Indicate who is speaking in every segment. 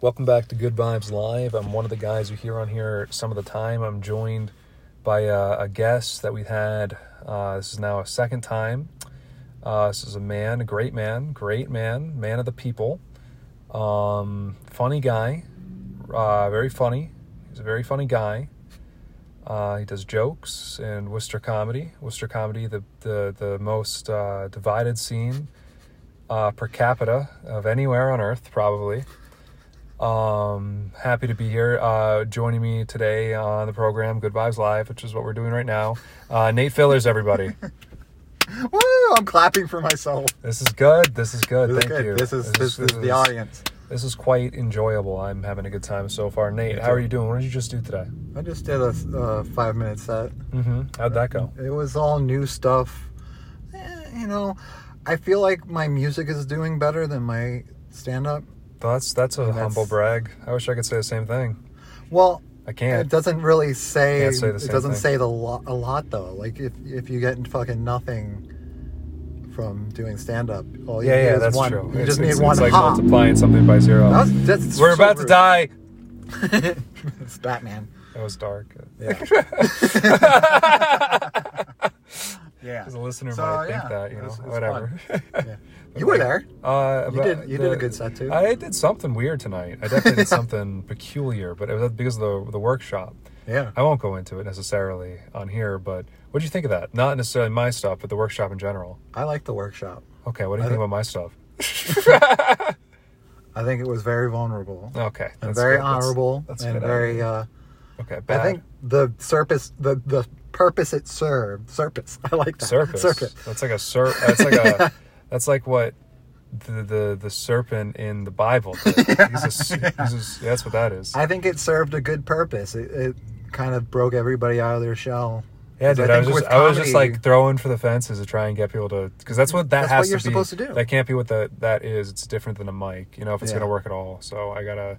Speaker 1: Welcome back to Good Vibes Live. I'm one of the guys you hear on here some of the time. I'm joined by uh, a, a guest that we've had. Uh, this is now a second time. Uh, this is a man, a great man, great man, man of the people. Um, funny guy, uh, very funny. He's a very funny guy. Uh, he does jokes and Worcester comedy. Worcester comedy, the the the most uh, divided scene uh, per capita of anywhere on earth, probably. Um, happy to be here. Uh, joining me today on the program, Good Vibes Live, which is what we're doing right now. Uh, Nate Fillers, everybody.
Speaker 2: Woo! I'm clapping for myself.
Speaker 1: this is good. This is good.
Speaker 2: This is
Speaker 1: Thank
Speaker 2: good.
Speaker 1: you.
Speaker 2: This is this, is the audience.
Speaker 1: This is quite enjoyable. I'm having a good time so far. Nate, how are you doing? What did you just do today?
Speaker 2: I just did a uh, five minute set.
Speaker 1: Mm-hmm. How'd that go?
Speaker 2: It was all new stuff. Eh, you know, I feel like my music is doing better than my stand up.
Speaker 1: That's that's a humble brag. I wish I could say the same thing.
Speaker 2: Well,
Speaker 1: I can't.
Speaker 2: it doesn't really say.
Speaker 1: Can't say the
Speaker 2: it
Speaker 1: same
Speaker 2: doesn't
Speaker 1: thing.
Speaker 2: say the lo- a lot though. Like if if you get fucking nothing from doing stand up, all you
Speaker 1: yeah,
Speaker 2: need
Speaker 1: yeah,
Speaker 2: is
Speaker 1: that's
Speaker 2: one.
Speaker 1: true.
Speaker 2: You
Speaker 1: It's-
Speaker 2: just need
Speaker 1: it's,
Speaker 2: one
Speaker 1: It's like
Speaker 2: hop.
Speaker 1: multiplying something by 0
Speaker 2: That was- that's
Speaker 1: We're
Speaker 2: so
Speaker 1: about to
Speaker 2: rude.
Speaker 1: die.
Speaker 2: it's Batman.
Speaker 1: That was dark.
Speaker 2: Yeah. yeah.
Speaker 1: As a listener
Speaker 2: So,
Speaker 1: might think
Speaker 2: yeah,
Speaker 1: that, you
Speaker 2: it
Speaker 1: know,
Speaker 2: was- it was
Speaker 1: whatever.
Speaker 2: fun. Yeah. You were there.
Speaker 1: Uh,
Speaker 2: You
Speaker 1: but
Speaker 2: did- you did a good set, too.
Speaker 1: I did something weird tonight. I definitely did something peculiar, but it was because of the the workshop.
Speaker 2: Yeah.
Speaker 1: I won't go into it necessarily on here, but what do you think of that? Not necessarily my stuff, but the workshop in general.
Speaker 2: I like the workshop.
Speaker 1: Okay, what do you
Speaker 2: I
Speaker 1: think
Speaker 2: don't-
Speaker 1: about my stuff?
Speaker 2: I think it was very vulnerable
Speaker 1: Okay,
Speaker 2: and
Speaker 1: that's
Speaker 2: very
Speaker 1: good. That's-
Speaker 2: honorable
Speaker 1: that's
Speaker 2: and
Speaker 1: good.
Speaker 2: very. Uh,
Speaker 1: Okay, bad.
Speaker 2: I think the surface, the the purpose it served, surface. I like that.
Speaker 1: Serpus.
Speaker 2: Surface.
Speaker 1: That's like a serp. That's like a. That's like what the the, the serpent in the Bible. Did. He's a s- he's a s- that's what that is.
Speaker 2: I think it served a good purpose. It, it kind of broke everybody out of their shell.
Speaker 1: yeah,
Speaker 2: 'Cause
Speaker 1: dude. I,
Speaker 2: think
Speaker 1: was just
Speaker 2: with
Speaker 1: I was just
Speaker 2: comedy-
Speaker 1: like throwing for the fences to try and get people to because that's what that
Speaker 2: That's
Speaker 1: has
Speaker 2: what you're
Speaker 1: to be.
Speaker 2: supposed to do.
Speaker 1: That can't be what that that is. It's different than a mic. You know, if it's
Speaker 2: Yeah.
Speaker 1: gonna work at all. So I gotta.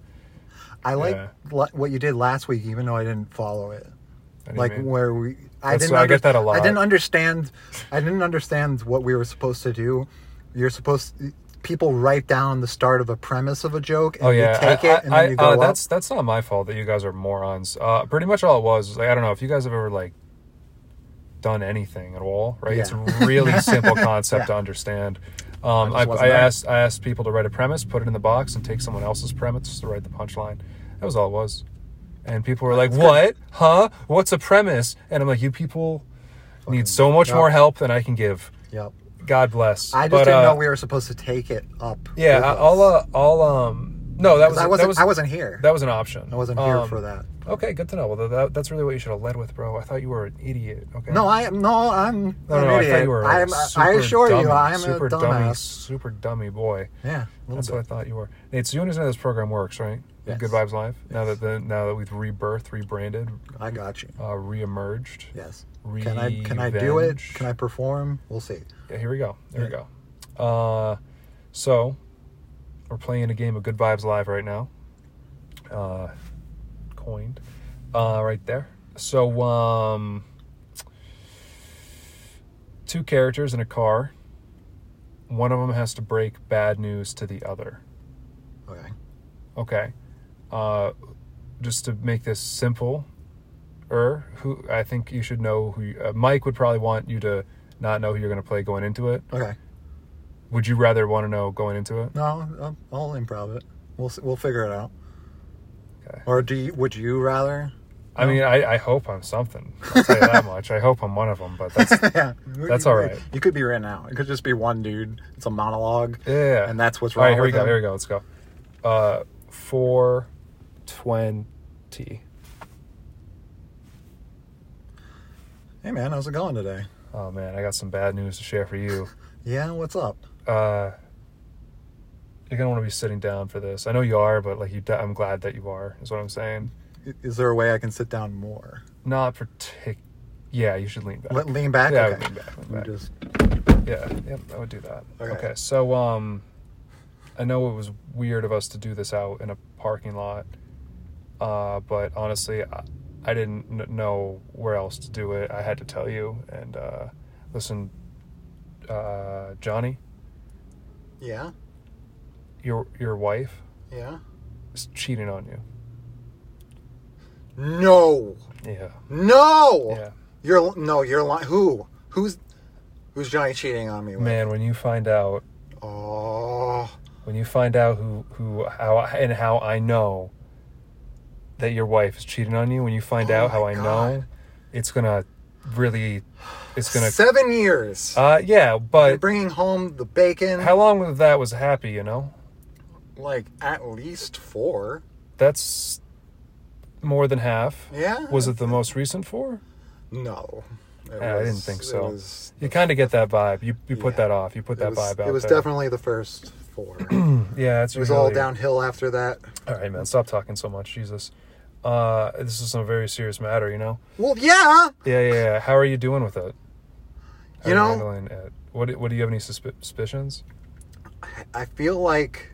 Speaker 2: I like
Speaker 1: yeah.
Speaker 2: li- what you did last week, even though I didn't follow it.
Speaker 1: I didn't
Speaker 2: like
Speaker 1: mean-
Speaker 2: where we I
Speaker 1: That's-
Speaker 2: didn't
Speaker 1: I get that a lot.
Speaker 2: I didn't understand I didn't understand what we were supposed to do. You're supposed people write down the start of a premise of a joke and
Speaker 1: Oh yeah,
Speaker 2: you take
Speaker 1: I,
Speaker 2: it and
Speaker 1: I,
Speaker 2: then you go
Speaker 1: uh,
Speaker 2: up.
Speaker 1: that's that's not my fault that you guys are morons. Uh, pretty much all it was is like, I don't know if you guys have ever like done anything at all, right? It's a
Speaker 2: Yeah.
Speaker 1: really simple concept
Speaker 2: Yeah.
Speaker 1: to understand. Um, I,
Speaker 2: I just wasn't
Speaker 1: I
Speaker 2: there.
Speaker 1: asked I asked people to write a premise, put it in the box, and take someone else's premise to write the punchline. That was all it was. And people were like, "What? Huh? What's a premise?" And I'm like, "You people need so much
Speaker 2: no.
Speaker 1: more help than I can give.
Speaker 2: Yep.
Speaker 1: God bless."
Speaker 2: I just
Speaker 1: But,
Speaker 2: didn't
Speaker 1: uh,
Speaker 2: know we were supposed to take it up.
Speaker 1: Yeah,
Speaker 2: with
Speaker 1: I-
Speaker 2: us.
Speaker 1: I'll uh, I'll um. No, that was
Speaker 2: 'Cause I
Speaker 1: that
Speaker 2: wasn't
Speaker 1: was-
Speaker 2: I wasn't here.
Speaker 1: that was an option.
Speaker 2: I wasn't here
Speaker 1: Um,
Speaker 2: for that.
Speaker 1: Okay, good to know. Well, that, that's really what you should have led with, bro. I thought you were an idiot. Okay.
Speaker 2: No, I am no, I'm
Speaker 1: No,
Speaker 2: an
Speaker 1: no, I
Speaker 2: idiot.
Speaker 1: thought you were. a
Speaker 2: I'm, I
Speaker 1: super
Speaker 2: assure
Speaker 1: dummy,
Speaker 2: you, I'm
Speaker 1: super
Speaker 2: a
Speaker 1: dummy,
Speaker 2: dumbass.
Speaker 1: super dummy boy.
Speaker 2: Yeah, a little
Speaker 1: That's
Speaker 2: bit.
Speaker 1: what I thought you were. Nate, so you understand how this program works, right?
Speaker 2: Yes.
Speaker 1: Good Vibes Live. Now that the, now that we've rebirthed, rebranded,
Speaker 2: I got you.
Speaker 1: uh, reemerged.
Speaker 2: Yes. Can I can I do it?
Speaker 1: Revenge.
Speaker 2: Can I perform? We'll see.
Speaker 1: Yeah, here we go. There
Speaker 2: Yeah.
Speaker 1: we go. Uh, so we're playing a game of Good Vibes Live right now. Uh, coined, uh, right there. So um, two characters in a car. One of them has to break bad news to the other.
Speaker 2: Okay.
Speaker 1: Okay. Uh, just to make this simple, er, who I think you should know who you, uh, Mike would probably want you to not know who you're going to play going into it.
Speaker 2: Okay.
Speaker 1: Would you rather want to know going into it?
Speaker 2: No, I'll, I'll improv it. We'll s- we'll figure it out.
Speaker 1: Okay.
Speaker 2: Or do you, would you rather?
Speaker 1: I mean, I, I hope I'm something. I'll tell you that much. I hope I'm one of them, but that's
Speaker 2: yeah,
Speaker 1: That's all right.
Speaker 2: You could be written out. It could just be one dude. It's a monologue.
Speaker 1: yeah.
Speaker 2: And that's what's
Speaker 1: All right,
Speaker 2: wrong
Speaker 1: here we
Speaker 2: with
Speaker 1: go.
Speaker 2: him.
Speaker 1: Here we go. Let's go. Uh, four twenty.
Speaker 2: Hey man, how's it going today?
Speaker 1: Oh man, I got some bad news to share for you.
Speaker 2: Yeah, what's up?
Speaker 1: Uh, you're gonna want to be sitting down for this. I know you are, but like you, de- I'm glad that you are. Is what I'm saying.
Speaker 2: I- Is there a way I can sit down more?
Speaker 1: Not partic. Yeah, you should lean back.
Speaker 2: Let, lean back.
Speaker 1: Yeah, I
Speaker 2: okay.
Speaker 1: would lean back, lean
Speaker 2: We
Speaker 1: back.
Speaker 2: Just,
Speaker 1: Yeah, yep, I would do that.
Speaker 2: Okay.
Speaker 1: Okay, so um, I know it was weird of us to do this out in a parking lot, uh, but honestly, I, I didn't kn- know where else to do it. I had to tell you. And uh, listen, uh, Johnny,
Speaker 2: yeah.
Speaker 1: your your wife,
Speaker 2: Yeah.
Speaker 1: is cheating on you.
Speaker 2: No.
Speaker 1: Yeah.
Speaker 2: No.
Speaker 1: Yeah.
Speaker 2: You're no. You're lying. Who? Who's? Who's Johnny cheating on me with?
Speaker 1: Man, when you find out,
Speaker 2: Oh.
Speaker 1: when you find out who who how and how I know that your wife is cheating on you, when you find
Speaker 2: Oh
Speaker 1: out how
Speaker 2: my
Speaker 1: I know,
Speaker 2: God.
Speaker 1: it's gonna really, it's gonna.
Speaker 2: Seven years.
Speaker 1: Uh, yeah,
Speaker 2: You're
Speaker 1: but
Speaker 2: bringing home the bacon.
Speaker 1: how long of that was happy? You know,
Speaker 2: like at least four.
Speaker 1: that's more than half.
Speaker 2: Yeah.
Speaker 1: Was it the most recent four?
Speaker 2: No. It
Speaker 1: Yeah, I didn't think
Speaker 2: it
Speaker 1: so.
Speaker 2: was-
Speaker 1: You kind of get that vibe. You you put
Speaker 2: Yeah.
Speaker 1: that off. You put that
Speaker 2: it was,
Speaker 1: vibe out.
Speaker 2: It was
Speaker 1: there.
Speaker 2: definitely the first four. it
Speaker 1: yeah. It's
Speaker 2: was all
Speaker 1: usually-
Speaker 2: downhill after that.
Speaker 1: All right, man. Stop talking so much, Jesus. Uh, this is a very serious matter, you know.
Speaker 2: Well, yeah.
Speaker 1: Yeah, yeah. yeah. How are you doing with it? How are
Speaker 2: You know-
Speaker 1: handling it? what? do- What do you have any suspi- suspicions?
Speaker 2: I feel like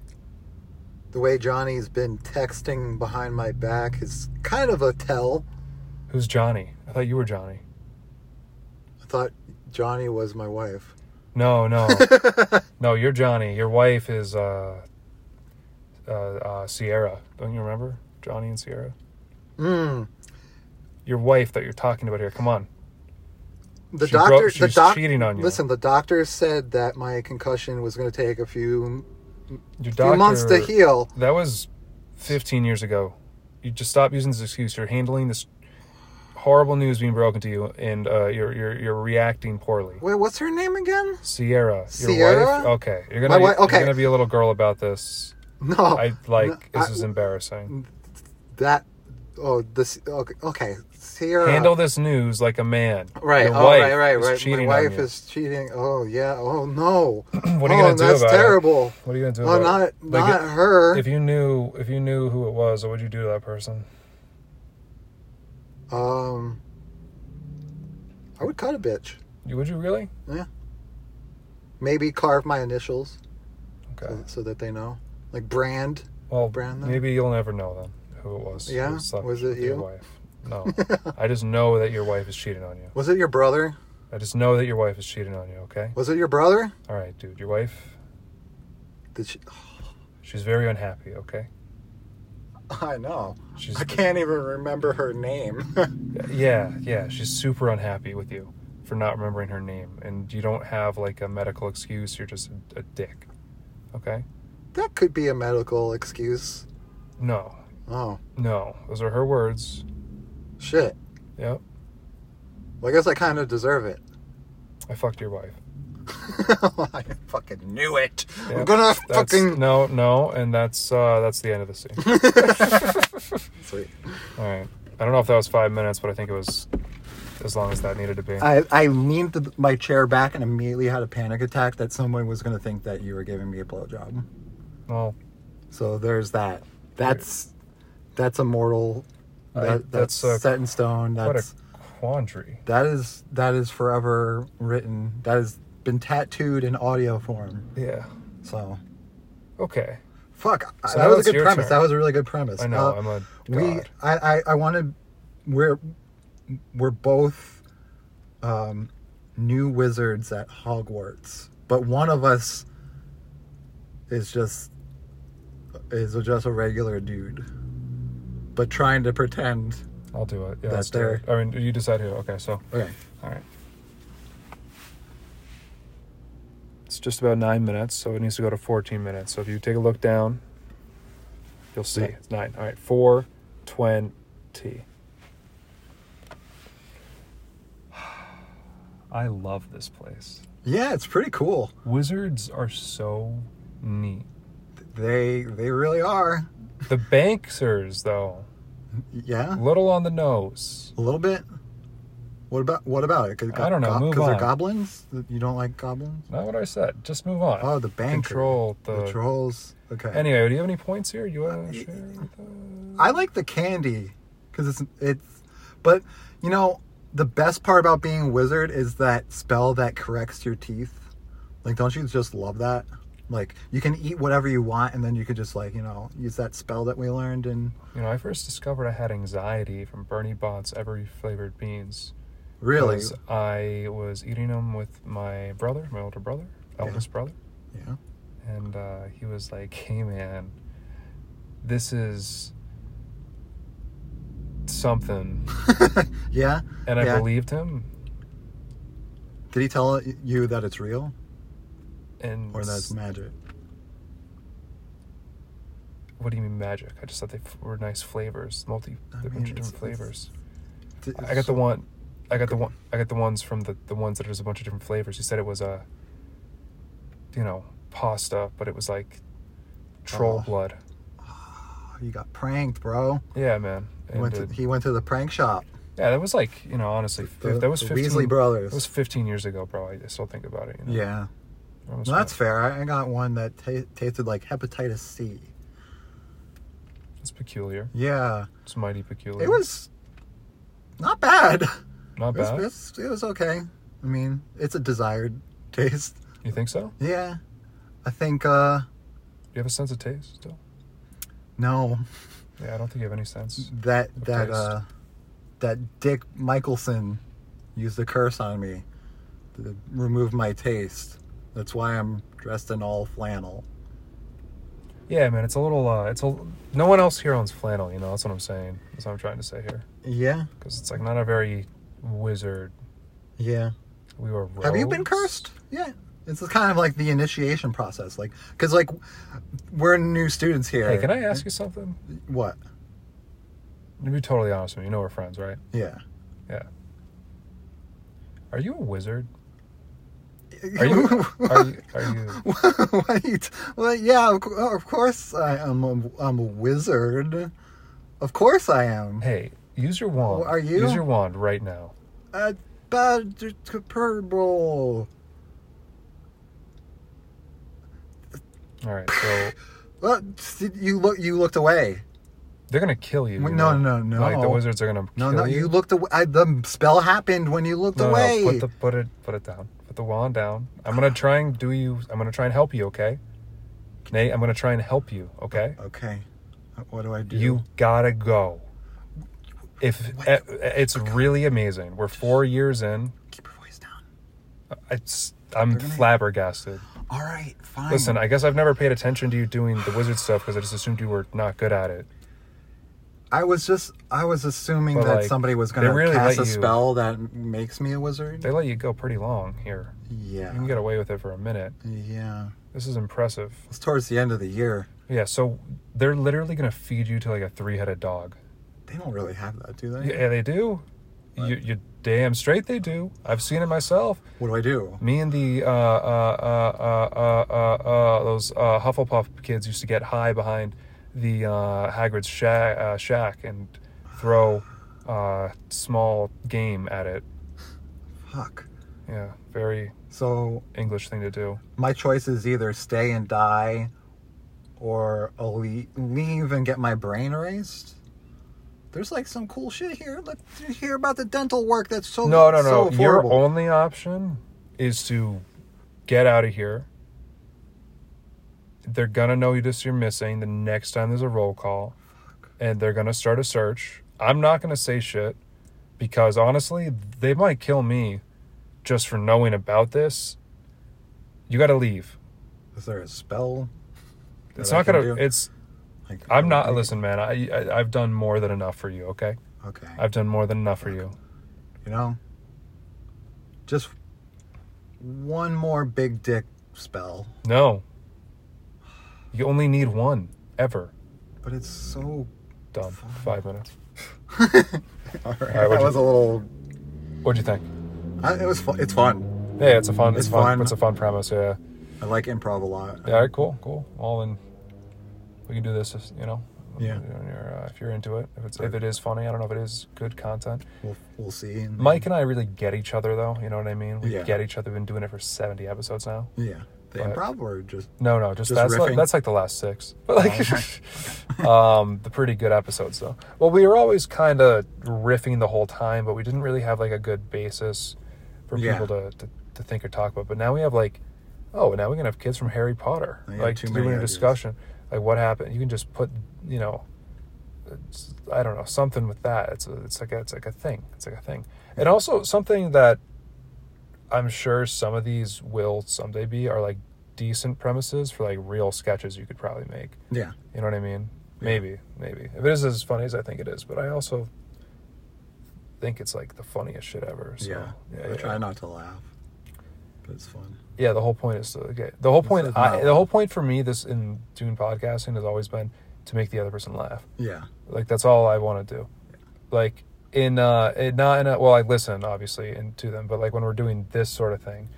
Speaker 2: the way Johnny's been texting behind my back is kind of a tell.
Speaker 1: Who's Johnny? I thought you were Johnny.
Speaker 2: I thought Johnny was my wife.
Speaker 1: No, no, no. You're Johnny. Your wife is uh, uh, uh, Sierra. Don't you remember Johnny and Sierra?
Speaker 2: Mm.
Speaker 1: Your wife that you're talking about here. Come on.
Speaker 2: The
Speaker 1: She
Speaker 2: doctor,
Speaker 1: broke-
Speaker 2: the
Speaker 1: she's
Speaker 2: doc-
Speaker 1: cheating on you.
Speaker 2: Listen, the doctor said that my concussion was going to take a few,
Speaker 1: Your
Speaker 2: few
Speaker 1: doctor.
Speaker 2: months to heal.
Speaker 1: That was 15 years ago. You just stop using this excuse. You're handling this horrible news being broken to you, and uh, you're you're you're reacting poorly.
Speaker 2: Wait, what's her name again?
Speaker 1: Sierra, your
Speaker 2: Sierra?
Speaker 1: wife. Okay, you're
Speaker 2: My
Speaker 1: gonna
Speaker 2: wi- okay.
Speaker 1: you're gonna be a little girl about this.
Speaker 2: No,
Speaker 1: I like
Speaker 2: No,
Speaker 1: this
Speaker 2: I-
Speaker 1: is embarrassing.
Speaker 2: that. Oh, this. Okay, okay. Sierra.
Speaker 1: Handle this news like a man.
Speaker 2: Right.
Speaker 1: Your
Speaker 2: oh,
Speaker 1: wife
Speaker 2: right. Right.
Speaker 1: is
Speaker 2: Right.
Speaker 1: cheating on
Speaker 2: my wife
Speaker 1: you.
Speaker 2: is cheating. Oh yeah. Oh no.
Speaker 1: What are you
Speaker 2: oh,
Speaker 1: gonna do
Speaker 2: That's
Speaker 1: about it?
Speaker 2: terrible.
Speaker 1: What are you gonna do?
Speaker 2: Oh,
Speaker 1: about
Speaker 2: not
Speaker 1: it? Like,
Speaker 2: not her.
Speaker 1: If you knew, if you knew who it was, what would you do to that person?
Speaker 2: um, I would cut a bitch.
Speaker 1: You- Would you really?
Speaker 2: Maybe carve my initials
Speaker 1: Okay.
Speaker 2: so, so that they know, like brand.
Speaker 1: Well,
Speaker 2: Brand them?
Speaker 1: maybe you'll never know then who it was. who
Speaker 2: Yeah?
Speaker 1: slept
Speaker 2: Was it
Speaker 1: with Your
Speaker 2: you?
Speaker 1: wife. No, I just know that your wife is cheating on you.
Speaker 2: Was it your brother?
Speaker 1: I just know that your wife is cheating on you. Okay.
Speaker 2: Was it your brother?
Speaker 1: All right, dude. Your wife,
Speaker 2: Did she,
Speaker 1: she's very unhappy. Okay.
Speaker 2: I know.
Speaker 1: She's
Speaker 2: I can't even remember her name.
Speaker 1: Yeah, yeah, she's super unhappy with you for not remembering her name, and you don't have like a medical excuse. You're just a, a dick. Okay?
Speaker 2: that could be a medical excuse.
Speaker 1: No,
Speaker 2: Oh
Speaker 1: no, those are her words.
Speaker 2: shit.
Speaker 1: Yep,
Speaker 2: Well, I guess I kind of deserve it.
Speaker 1: I fucked your wife.
Speaker 2: I fucking knew it. I'm
Speaker 1: Yep.
Speaker 2: gonna
Speaker 1: That's,
Speaker 2: fucking.
Speaker 1: no, no, and that's uh, that's the end of the scene. All
Speaker 2: Sweet.
Speaker 1: right, I don't know if that was five minutes, but I think it was as long as that needed to be.
Speaker 2: I, I leaned th- my chair back and immediately had a panic attack that someone was going to think that you were giving me a blowjob.
Speaker 1: Well,
Speaker 2: So there's that. That's that's a mortal.
Speaker 1: I-
Speaker 2: That, that's
Speaker 1: that's a-
Speaker 2: set in stone.
Speaker 1: what a
Speaker 2: That's
Speaker 1: quandary.
Speaker 2: that is that is forever written. That has been tattooed in audio form.
Speaker 1: Yeah.
Speaker 2: So
Speaker 1: Okay.
Speaker 2: fuck.
Speaker 1: So
Speaker 2: that
Speaker 1: now
Speaker 2: was
Speaker 1: it's
Speaker 2: a good
Speaker 1: your
Speaker 2: premise.
Speaker 1: turn.
Speaker 2: That was a really good premise.
Speaker 1: I know.
Speaker 2: Uh,
Speaker 1: I'm a
Speaker 2: we
Speaker 1: god.
Speaker 2: I, I i wanted we're we're both um new wizards at hogwarts but one of us is just is just a regular dude but trying to pretend
Speaker 1: I'll do it. Yeah,
Speaker 2: That
Speaker 1: let's do
Speaker 2: there-
Speaker 1: it. I mean, you decide who. Okay, so.
Speaker 2: okay
Speaker 1: All right. It's just about nine minutes, so it needs to go to 14 minutes. So if you take a look down, you'll see
Speaker 2: Yeah.
Speaker 1: it's nine. All right, 420. I love this place.
Speaker 2: yeah it's pretty cool
Speaker 1: Wizards are so neat.
Speaker 2: they they really are
Speaker 1: The Banksers, though,
Speaker 2: yeah
Speaker 1: little on the nose.
Speaker 2: a little bit what about what about it because
Speaker 1: I don't know, move
Speaker 2: they're
Speaker 1: on.
Speaker 2: goblins you don't like goblins
Speaker 1: Not what I said. Just move on.
Speaker 2: oh the bank
Speaker 1: Control the.
Speaker 2: the trolls okay
Speaker 1: Anyway, do you have any points here? You want
Speaker 2: Uh,
Speaker 1: to share? with us?
Speaker 2: I like the candy because it's it's, but you know the best part about being a wizard is that spell that corrects your teeth. Like, don't you just love that? Like, you can eat whatever you want, and then you could just like you know use that spell that we learned. And
Speaker 1: You know, I first discovered I had anxiety from Bernie Bott's every flavored beans.
Speaker 2: really,
Speaker 1: 'Cause I was eating them with my brother, my older brother,
Speaker 2: Yeah.
Speaker 1: eldest brother,
Speaker 2: yeah,
Speaker 1: and uh, he was like, "Hey, man, this is something.
Speaker 2: yeah.
Speaker 1: And I
Speaker 2: Yeah.
Speaker 1: believed him.
Speaker 2: Did he tell you that it's real
Speaker 1: And
Speaker 2: or that it's magic?
Speaker 1: what do you mean magic? I just thought they f- were nice flavors, multi, they're
Speaker 2: I
Speaker 1: a
Speaker 2: mean,
Speaker 1: bunch of
Speaker 2: it's-
Speaker 1: different flavors.
Speaker 2: Did-
Speaker 1: I got the one, I got the one, I got the ones from the the ones that there's a bunch of different flavors. You said it was a, you know, pasta, but it was like troll
Speaker 2: Oh.
Speaker 1: blood.
Speaker 2: You got pranked, bro.
Speaker 1: Yeah, man.
Speaker 2: He went, to,
Speaker 1: And, uh,
Speaker 2: he went to the prank shop.
Speaker 1: yeah, that was like you know honestly,
Speaker 2: The,
Speaker 1: that was
Speaker 2: the
Speaker 1: 15,
Speaker 2: Weasley
Speaker 1: That
Speaker 2: brothers.
Speaker 1: was 15 years ago, bro. I still think about it. You know?
Speaker 2: yeah.
Speaker 1: I almost
Speaker 2: Well, that's
Speaker 1: forgot.
Speaker 2: fair. I I got one that ta tasted like hepatitis C.
Speaker 1: it's peculiar.
Speaker 2: Yeah.
Speaker 1: It's mighty peculiar.
Speaker 2: It was not bad.
Speaker 1: not
Speaker 2: It was,
Speaker 1: bad.
Speaker 2: it was- it was okay. I mean, it's a desired taste.
Speaker 1: You think so?
Speaker 2: Yeah. I think, uh,
Speaker 1: You have a sense of taste still?
Speaker 2: no,
Speaker 1: Yeah, I don't think you have any sense.
Speaker 2: that,
Speaker 1: Of
Speaker 2: that,
Speaker 1: taste.
Speaker 2: uh, that Dick Michelson used a curse on me to remove my taste. That's why I'm dressed in all flannel.
Speaker 1: Yeah, man, it's a little. Uh, it's a. No one else here owns flannel. You know, that's what I'm saying. That's what I'm trying to say here.
Speaker 2: Yeah.
Speaker 1: Because it's like not a very wizard.
Speaker 2: Yeah.
Speaker 1: We were.
Speaker 2: Have you been
Speaker 1: rogues.
Speaker 2: cursed? Yeah. It's kind of like the initiation process. Like, because, like, we're new students here.
Speaker 1: Hey, can I ask you something?
Speaker 2: What?
Speaker 1: To be totally honest with you, you know we're friends, right?
Speaker 2: Yeah.
Speaker 1: Are you a wizard? Are you? are you? Are you?
Speaker 2: what do you t- well, yeah, of, cou- oh, of course I am. A, I'm a wizard. Of course I am.
Speaker 1: Hey, use your wand.
Speaker 2: Oh, are you?
Speaker 1: Use your wand right now.
Speaker 2: A bad purple.
Speaker 1: All right. So
Speaker 2: Well, t- you look. You looked away.
Speaker 1: they're gonna kill you. you
Speaker 2: Well,
Speaker 1: know?
Speaker 2: no, no,
Speaker 1: Like the
Speaker 2: no.
Speaker 1: wizards are gonna
Speaker 2: No,
Speaker 1: kill
Speaker 2: no,
Speaker 1: you.
Speaker 2: you looked away. I, the spell happened when you looked
Speaker 1: no, no,
Speaker 2: away.
Speaker 1: No, put the put it put it down. Put the wand down. I'm gonna try and do you. I'm gonna try and help you. Okay. Nate, I'm gonna try and help you. Okay.
Speaker 2: okay, what do I do?
Speaker 1: You gotta go. If eh, it's really amazing, we're four years in.
Speaker 2: keep your voice down.
Speaker 1: It's I'm
Speaker 2: gonna-
Speaker 1: flabbergasted.
Speaker 2: All right, fine.
Speaker 1: Listen, I guess I've never paid attention to you doing the wizard stuff because I just assumed you were not good at it.
Speaker 2: I was just I was assuming
Speaker 1: But,
Speaker 2: that
Speaker 1: like,
Speaker 2: somebody was
Speaker 1: they
Speaker 2: going to
Speaker 1: really
Speaker 2: cast a
Speaker 1: let you-
Speaker 2: spell that makes me a wizard.
Speaker 1: They let you go pretty long here. You
Speaker 2: yeah.
Speaker 1: can get away with it for a minute.
Speaker 2: Yeah.
Speaker 1: This is impressive.
Speaker 2: It's towards the end of the year.
Speaker 1: Yeah, so they're literally gonna feed you to like a three-headed dog.
Speaker 2: They don't really have that, do they?
Speaker 1: Yeah, they do. You, you damn straight they do. I've seen it myself.
Speaker 2: What do I do?
Speaker 1: Me and the uh, uh, uh, uh, uh, uh, those uh, Hufflepuff kids used to get high behind the uh, Hagrid's shack, uh, shack and throw uh, small game at it.
Speaker 2: Fuck.
Speaker 1: Yeah, very
Speaker 2: So
Speaker 1: English thing to do.
Speaker 2: my choice is either stay and die, or I'll le- leave and get my brain erased. There's like some cool shit here. Let you hear about the dental work that's so
Speaker 1: No, no, no.
Speaker 2: so
Speaker 1: Your
Speaker 2: affordable.
Speaker 1: only option is to get out of here. They're gonna know you just you're missing the next time there's a roll call, and they're gonna start a search. I'm not gonna say shit because honestly, they might kill me just for knowing about this. You gotta leave.
Speaker 2: Is there a spell? that
Speaker 1: It's
Speaker 2: I
Speaker 1: not
Speaker 2: can
Speaker 1: gonna.
Speaker 2: do?
Speaker 1: It's.
Speaker 2: Like,
Speaker 1: I'm not. Listen, man. I, I I've done more than enough for you. Okay.
Speaker 2: Okay.
Speaker 1: I've done more than enough for you.
Speaker 2: you know, just one more big dick spell.
Speaker 1: No. You only need one ever.
Speaker 2: But it's so.
Speaker 1: Done. Five minutes.
Speaker 2: All right, that
Speaker 1: what'd you-
Speaker 2: was a little.
Speaker 1: What'd you think?
Speaker 2: I, it was. Fu- it's fun.
Speaker 1: Yeah, it's a fun. It's,
Speaker 2: It's
Speaker 1: fun.
Speaker 2: fun.
Speaker 1: It's a fun premise. Yeah.
Speaker 2: I like improv a lot.
Speaker 1: Yeah. All right. Cool. Cool. All in. We can do this. if- You know.
Speaker 2: Yeah.
Speaker 1: When you're, uh, if you're into it, if it's if it is funny, I don't know if it is good content.
Speaker 2: We'll, we'll see. And-
Speaker 1: Mike and I really get each other, though. You know what I mean? We
Speaker 2: Yeah.
Speaker 1: get each other. We've been doing it for seventy episodes now.
Speaker 2: Yeah. The
Speaker 1: But-
Speaker 2: improv or just
Speaker 1: No, no, just,
Speaker 2: Just
Speaker 1: that's like,
Speaker 2: riffing? Oh,
Speaker 1: that's like the last six, but like um, the pretty good episodes though. Well, we were always kind of riffing the whole time, but we didn't really have like a good basis for
Speaker 2: Yeah.
Speaker 1: people to, to to think or talk about. But now we have like, oh, now we can have kids from Harry Potter
Speaker 2: I got
Speaker 1: like
Speaker 2: too
Speaker 1: doing
Speaker 2: many
Speaker 1: a
Speaker 2: ideas.
Speaker 1: discussion, like what happened. You can just put, you know, it's, I don't know something with that. It's a, it's like a, it's like a thing. It's like a thing, and also something that I'm sure some of these will someday be are like decent premises for like real sketches you could probably make.
Speaker 2: yeah.
Speaker 1: You know what I mean? Maybe, maybe. If it is as funny as I think it is, but I also think it's like the funniest shit ever. So,
Speaker 2: yeah.
Speaker 1: yeah,
Speaker 2: I
Speaker 1: yeah.
Speaker 2: try not to laugh, but it's fun.
Speaker 1: Yeah, the whole point is to get the whole point.
Speaker 2: is
Speaker 1: I,
Speaker 2: not-
Speaker 1: the whole point for me, this in doing podcasting has always been to make the other person laugh.
Speaker 2: Yeah.
Speaker 1: Like that's all I want to do. Like in uh, it, not in a, well, I listen obviously and to them, but like when we're doing this sort of thing,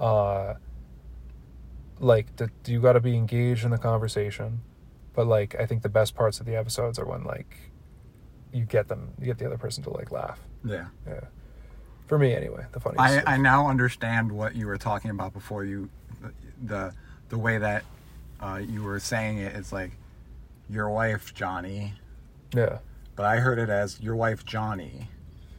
Speaker 1: uh, like the, you got to be engaged in the conversation. But like I think the best parts of the episodes are when like you get them, you get the other person to like laugh.
Speaker 2: Yeah.
Speaker 1: Yeah, for me anyway, the funniest.
Speaker 2: I,
Speaker 1: stuff.
Speaker 2: I now understand what you were talking about before you, the the way that uh, you were saying it. It's like your wife Johnny,
Speaker 1: yeah.
Speaker 2: but I heard it as your wife Johnny.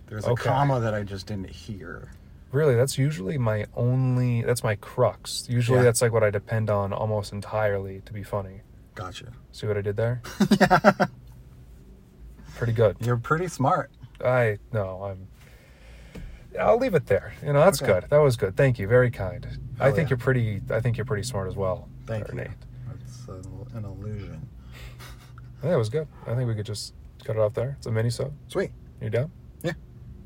Speaker 2: There's a
Speaker 1: Okay.
Speaker 2: comma that I just didn't hear.
Speaker 1: Really, that's usually my only. That's my crux. Usually,
Speaker 2: Yeah.
Speaker 1: that's like what I depend on almost entirely to be funny.
Speaker 2: Gotcha.
Speaker 1: See what I did there? Pretty good.
Speaker 2: You're pretty smart.
Speaker 1: I no, I'm. I'll leave it there. You know, that's
Speaker 2: Okay.
Speaker 1: good. That was good. Thank you. Very kind. I
Speaker 2: Hell
Speaker 1: think
Speaker 2: yeah.
Speaker 1: you're pretty. I think you're pretty smart as well.
Speaker 2: Thank
Speaker 1: there,
Speaker 2: you.
Speaker 1: Nate.
Speaker 2: That's an, an illusion.
Speaker 1: Yeah, it was good. I think we could just cut it off there. It's a mini sub.
Speaker 2: Sweet.
Speaker 1: You down?
Speaker 2: Yeah.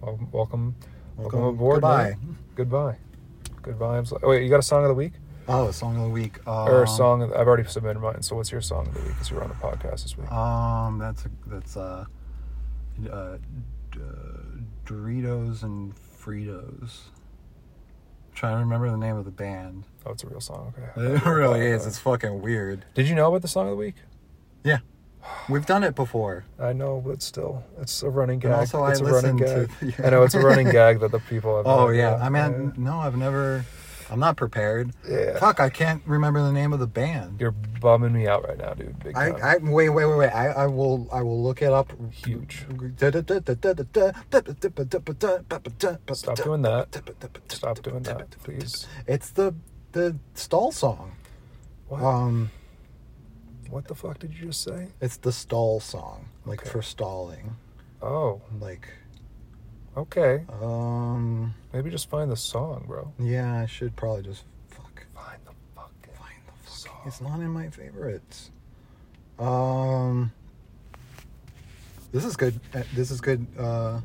Speaker 1: Wel- welcome. Welcome,
Speaker 2: Welcome.
Speaker 1: aboard.
Speaker 2: Goodbye.
Speaker 1: Nate. Goodbye. Goodbye. I'm so- oh, wait, you got a song of the week?
Speaker 2: Oh, song of the week. Um,
Speaker 1: or a song of- I've already submitted mine. So what's your song of the week? Because you were on the podcast this week.
Speaker 2: Um, that's a, that's uh, uh, d- uh, Doritos and Fritos. trying to remember the name of the band.
Speaker 1: oh, it's a real song. Okay.
Speaker 2: It really is. It's fucking weird.
Speaker 1: Did you know about the song of the week?
Speaker 2: Yeah, we've done it before.
Speaker 1: I know, but still, it's a running gag.
Speaker 2: also I
Speaker 1: it's a running
Speaker 2: listened
Speaker 1: gag.
Speaker 2: to-
Speaker 1: I know it's a running gag that the people. Have
Speaker 2: Oh
Speaker 1: heard, Uh,
Speaker 2: yeah. I mean, no, I've never. I'm not prepared.
Speaker 1: Yeah.
Speaker 2: Fuck, I can't remember the name of the band.
Speaker 1: you're bumming me out right now, dude. Big
Speaker 2: I,
Speaker 1: time.
Speaker 2: I wait wait wait wait I, I will I will look it up.
Speaker 1: Huge.
Speaker 2: Stop
Speaker 1: Stop doing that. Stop doing that, please.
Speaker 2: It's the the stall song.
Speaker 1: What?
Speaker 2: Um,
Speaker 1: What the fuck did you just say?
Speaker 2: it's the stall song, like
Speaker 1: Okay.
Speaker 2: for stalling,
Speaker 1: Oh,
Speaker 2: like
Speaker 1: okay.
Speaker 2: um.
Speaker 1: Maybe just find the song, bro.
Speaker 2: Yeah, I should probably just fuck
Speaker 1: Find the fucking
Speaker 2: find the fuck.
Speaker 1: song.
Speaker 2: It's not in my favorites. Um. This is good. uh, This is good. Uh,